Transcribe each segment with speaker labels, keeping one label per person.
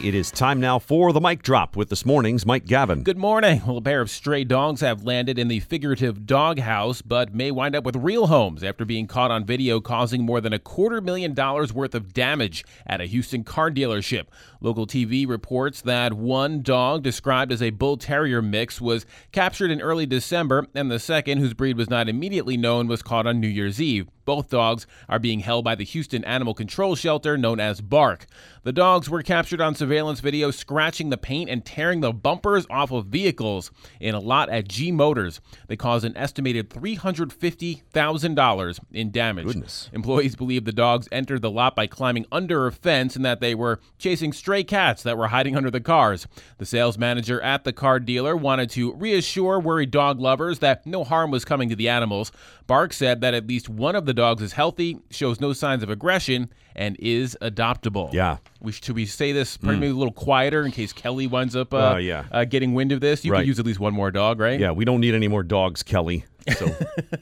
Speaker 1: It is time now for the mic drop with this morning's Mike Gavin.
Speaker 2: Good morning. Well, a pair of stray dogs have landed in the figurative doghouse, but may wind up with real homes after being caught on video causing more than a quarter million dollars worth of damage at a Houston car dealership. Local TV reports that one dog, described as a bull terrier mix, was captured in early December, and the second, whose breed was not immediately known, was caught on New Year's Eve. Both dogs are being held by the Houston Animal Control Shelter, known as BARK. The dogs were captured on surveillance video scratching the paint and tearing the bumpers off of vehicles in a lot at G Motors. They caused an estimated $350,000 in damage.
Speaker 1: Goodness.
Speaker 2: Employees believe the dogs entered the lot by climbing under a fence and that they were chasing stray cats that were hiding under the cars. The sales manager at the car dealer wanted to reassure worried dog lovers that no harm was coming to the animals. Bark said that at least one of the dogs is healthy, shows no signs of aggression, and is adoptable.
Speaker 1: Yeah. Mm.
Speaker 2: We should we say this probably a little quieter in case Kelly winds up uh,
Speaker 1: Uh, yeah.
Speaker 2: uh, getting wind of this? You
Speaker 1: Right.
Speaker 2: could use at least one more dog, right?
Speaker 1: Yeah, we don't need any more dogs, Kelly. So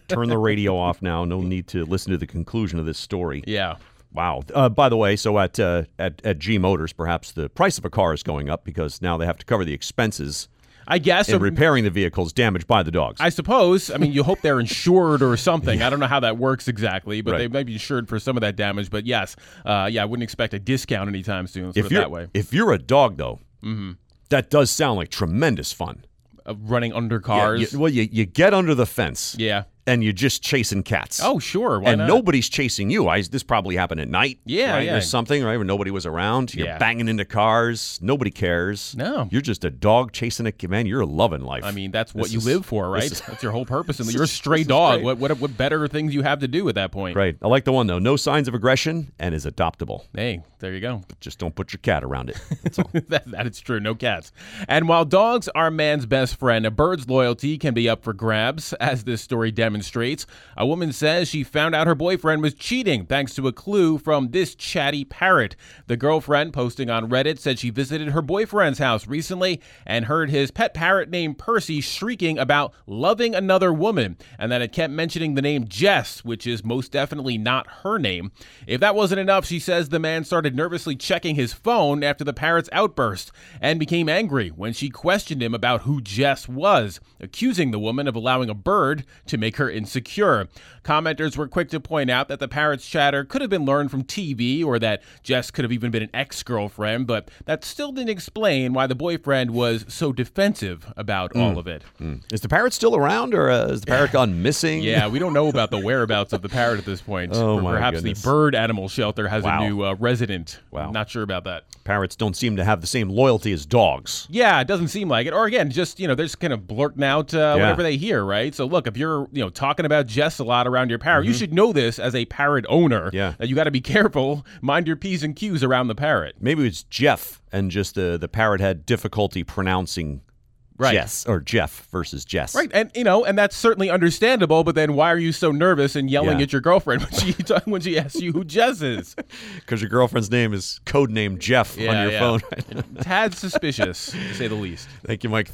Speaker 1: turn the radio off now. No need to listen to the conclusion of this story.
Speaker 2: Yeah.
Speaker 1: Wow. Uh, by the way, so at, uh, at at G Motors, perhaps the price of a car is going up because now they have to cover the expenses
Speaker 2: I guess.
Speaker 1: in
Speaker 2: or-
Speaker 1: repairing the vehicles damaged by the dogs.
Speaker 2: I suppose. I mean, you hope they're insured or something. I don't know how that works exactly, but
Speaker 1: Right.
Speaker 2: they might be insured for some of that damage. But yes, uh, yeah, I wouldn't expect a discount anytime soon. Let's
Speaker 1: if
Speaker 2: put it
Speaker 1: you're
Speaker 2: that way. Mm-hmm.
Speaker 1: if you're a dog though, that does sound like tremendous fun.
Speaker 2: Uh, running under
Speaker 1: Yeah,
Speaker 2: cars. Yeah.
Speaker 1: you- well, you you get under the fence, and you're just chasing cats.
Speaker 2: Oh, sure. Why
Speaker 1: and
Speaker 2: not?
Speaker 1: nobody's chasing you. I, this probably happened at night,
Speaker 2: Yeah,
Speaker 1: right,
Speaker 2: yeah.
Speaker 1: or something, right? When nobody was around, you're
Speaker 2: Yeah.
Speaker 1: banging into cars. Nobody cares.
Speaker 2: No.
Speaker 1: you're just a dog chasing a man. You're loving life.
Speaker 2: I mean, that's what
Speaker 1: This
Speaker 2: you
Speaker 1: is-
Speaker 2: live for, right? that's your whole purpose. And you're a stray dog. What, what what better things you have to do at that point?
Speaker 1: great. I like the one though. No signs of aggression and is adoptable.
Speaker 2: Hey, there you go.
Speaker 1: Just don't put your cat around it. That's all.
Speaker 2: that, that is true. No cats. And while dogs are man's best friend, a bird's loyalty can be up for grabs, as this story demonstrates. A woman says she found out her boyfriend was cheating thanks to a clue from this chatty parrot. The girlfriend, posting on Reddit, said she visited her boyfriend's house recently and heard his pet parrot named Percy shrieking about loving another woman, and that it kept mentioning the name Jess, which is most definitely not her name. If that wasn't enough, she says the man started nervously checking his phone after the parrot's outburst and became angry when she questioned him about who Jess was, accusing the woman of allowing a bird to make her insecure. Commenters were quick to point out that the parrot's chatter could have been learned from TV or that Jess could have even been an ex girlfriend, but that still didn't explain why the boyfriend was so defensive about all of it.
Speaker 1: Hmm. is the parrot still around, or uh, is the parrot gone missing?
Speaker 2: Yeah, we don't know about the whereabouts of the parrot at this point.
Speaker 1: Oh,
Speaker 2: Per-
Speaker 1: my
Speaker 2: Perhaps
Speaker 1: goodness.
Speaker 2: the bird animal shelter has
Speaker 1: Wow.
Speaker 2: a new uh, resident.
Speaker 1: Wow.
Speaker 2: Not sure about that.
Speaker 1: parrots don't seem to have the same loyalty as dogs.
Speaker 2: Yeah, it doesn't seem like it. Or again, just you know, they're just kind of blurting out uh, whatever they hear, right? So look, if you're you know talking about Jess a lot around your parrot, you should know this as a parrot owner.
Speaker 1: Mm-hmm. Yeah.
Speaker 2: that you got to be careful, mind your p's and q's around the parrot.
Speaker 1: Maybe it's Jeff, and just the the parrot had difficulty pronouncing
Speaker 2: Right.
Speaker 1: Jess or Jeff versus Jess.
Speaker 2: Right, and you know, and that's certainly understandable. But then, why are you so nervous and yelling
Speaker 1: Yeah.
Speaker 2: at your girlfriend when she when she asks you who Jess is?
Speaker 1: because your girlfriend's name is codename Jeff on your phone.
Speaker 2: phone. Tad suspicious, to say the least.
Speaker 1: Thank you, Mike.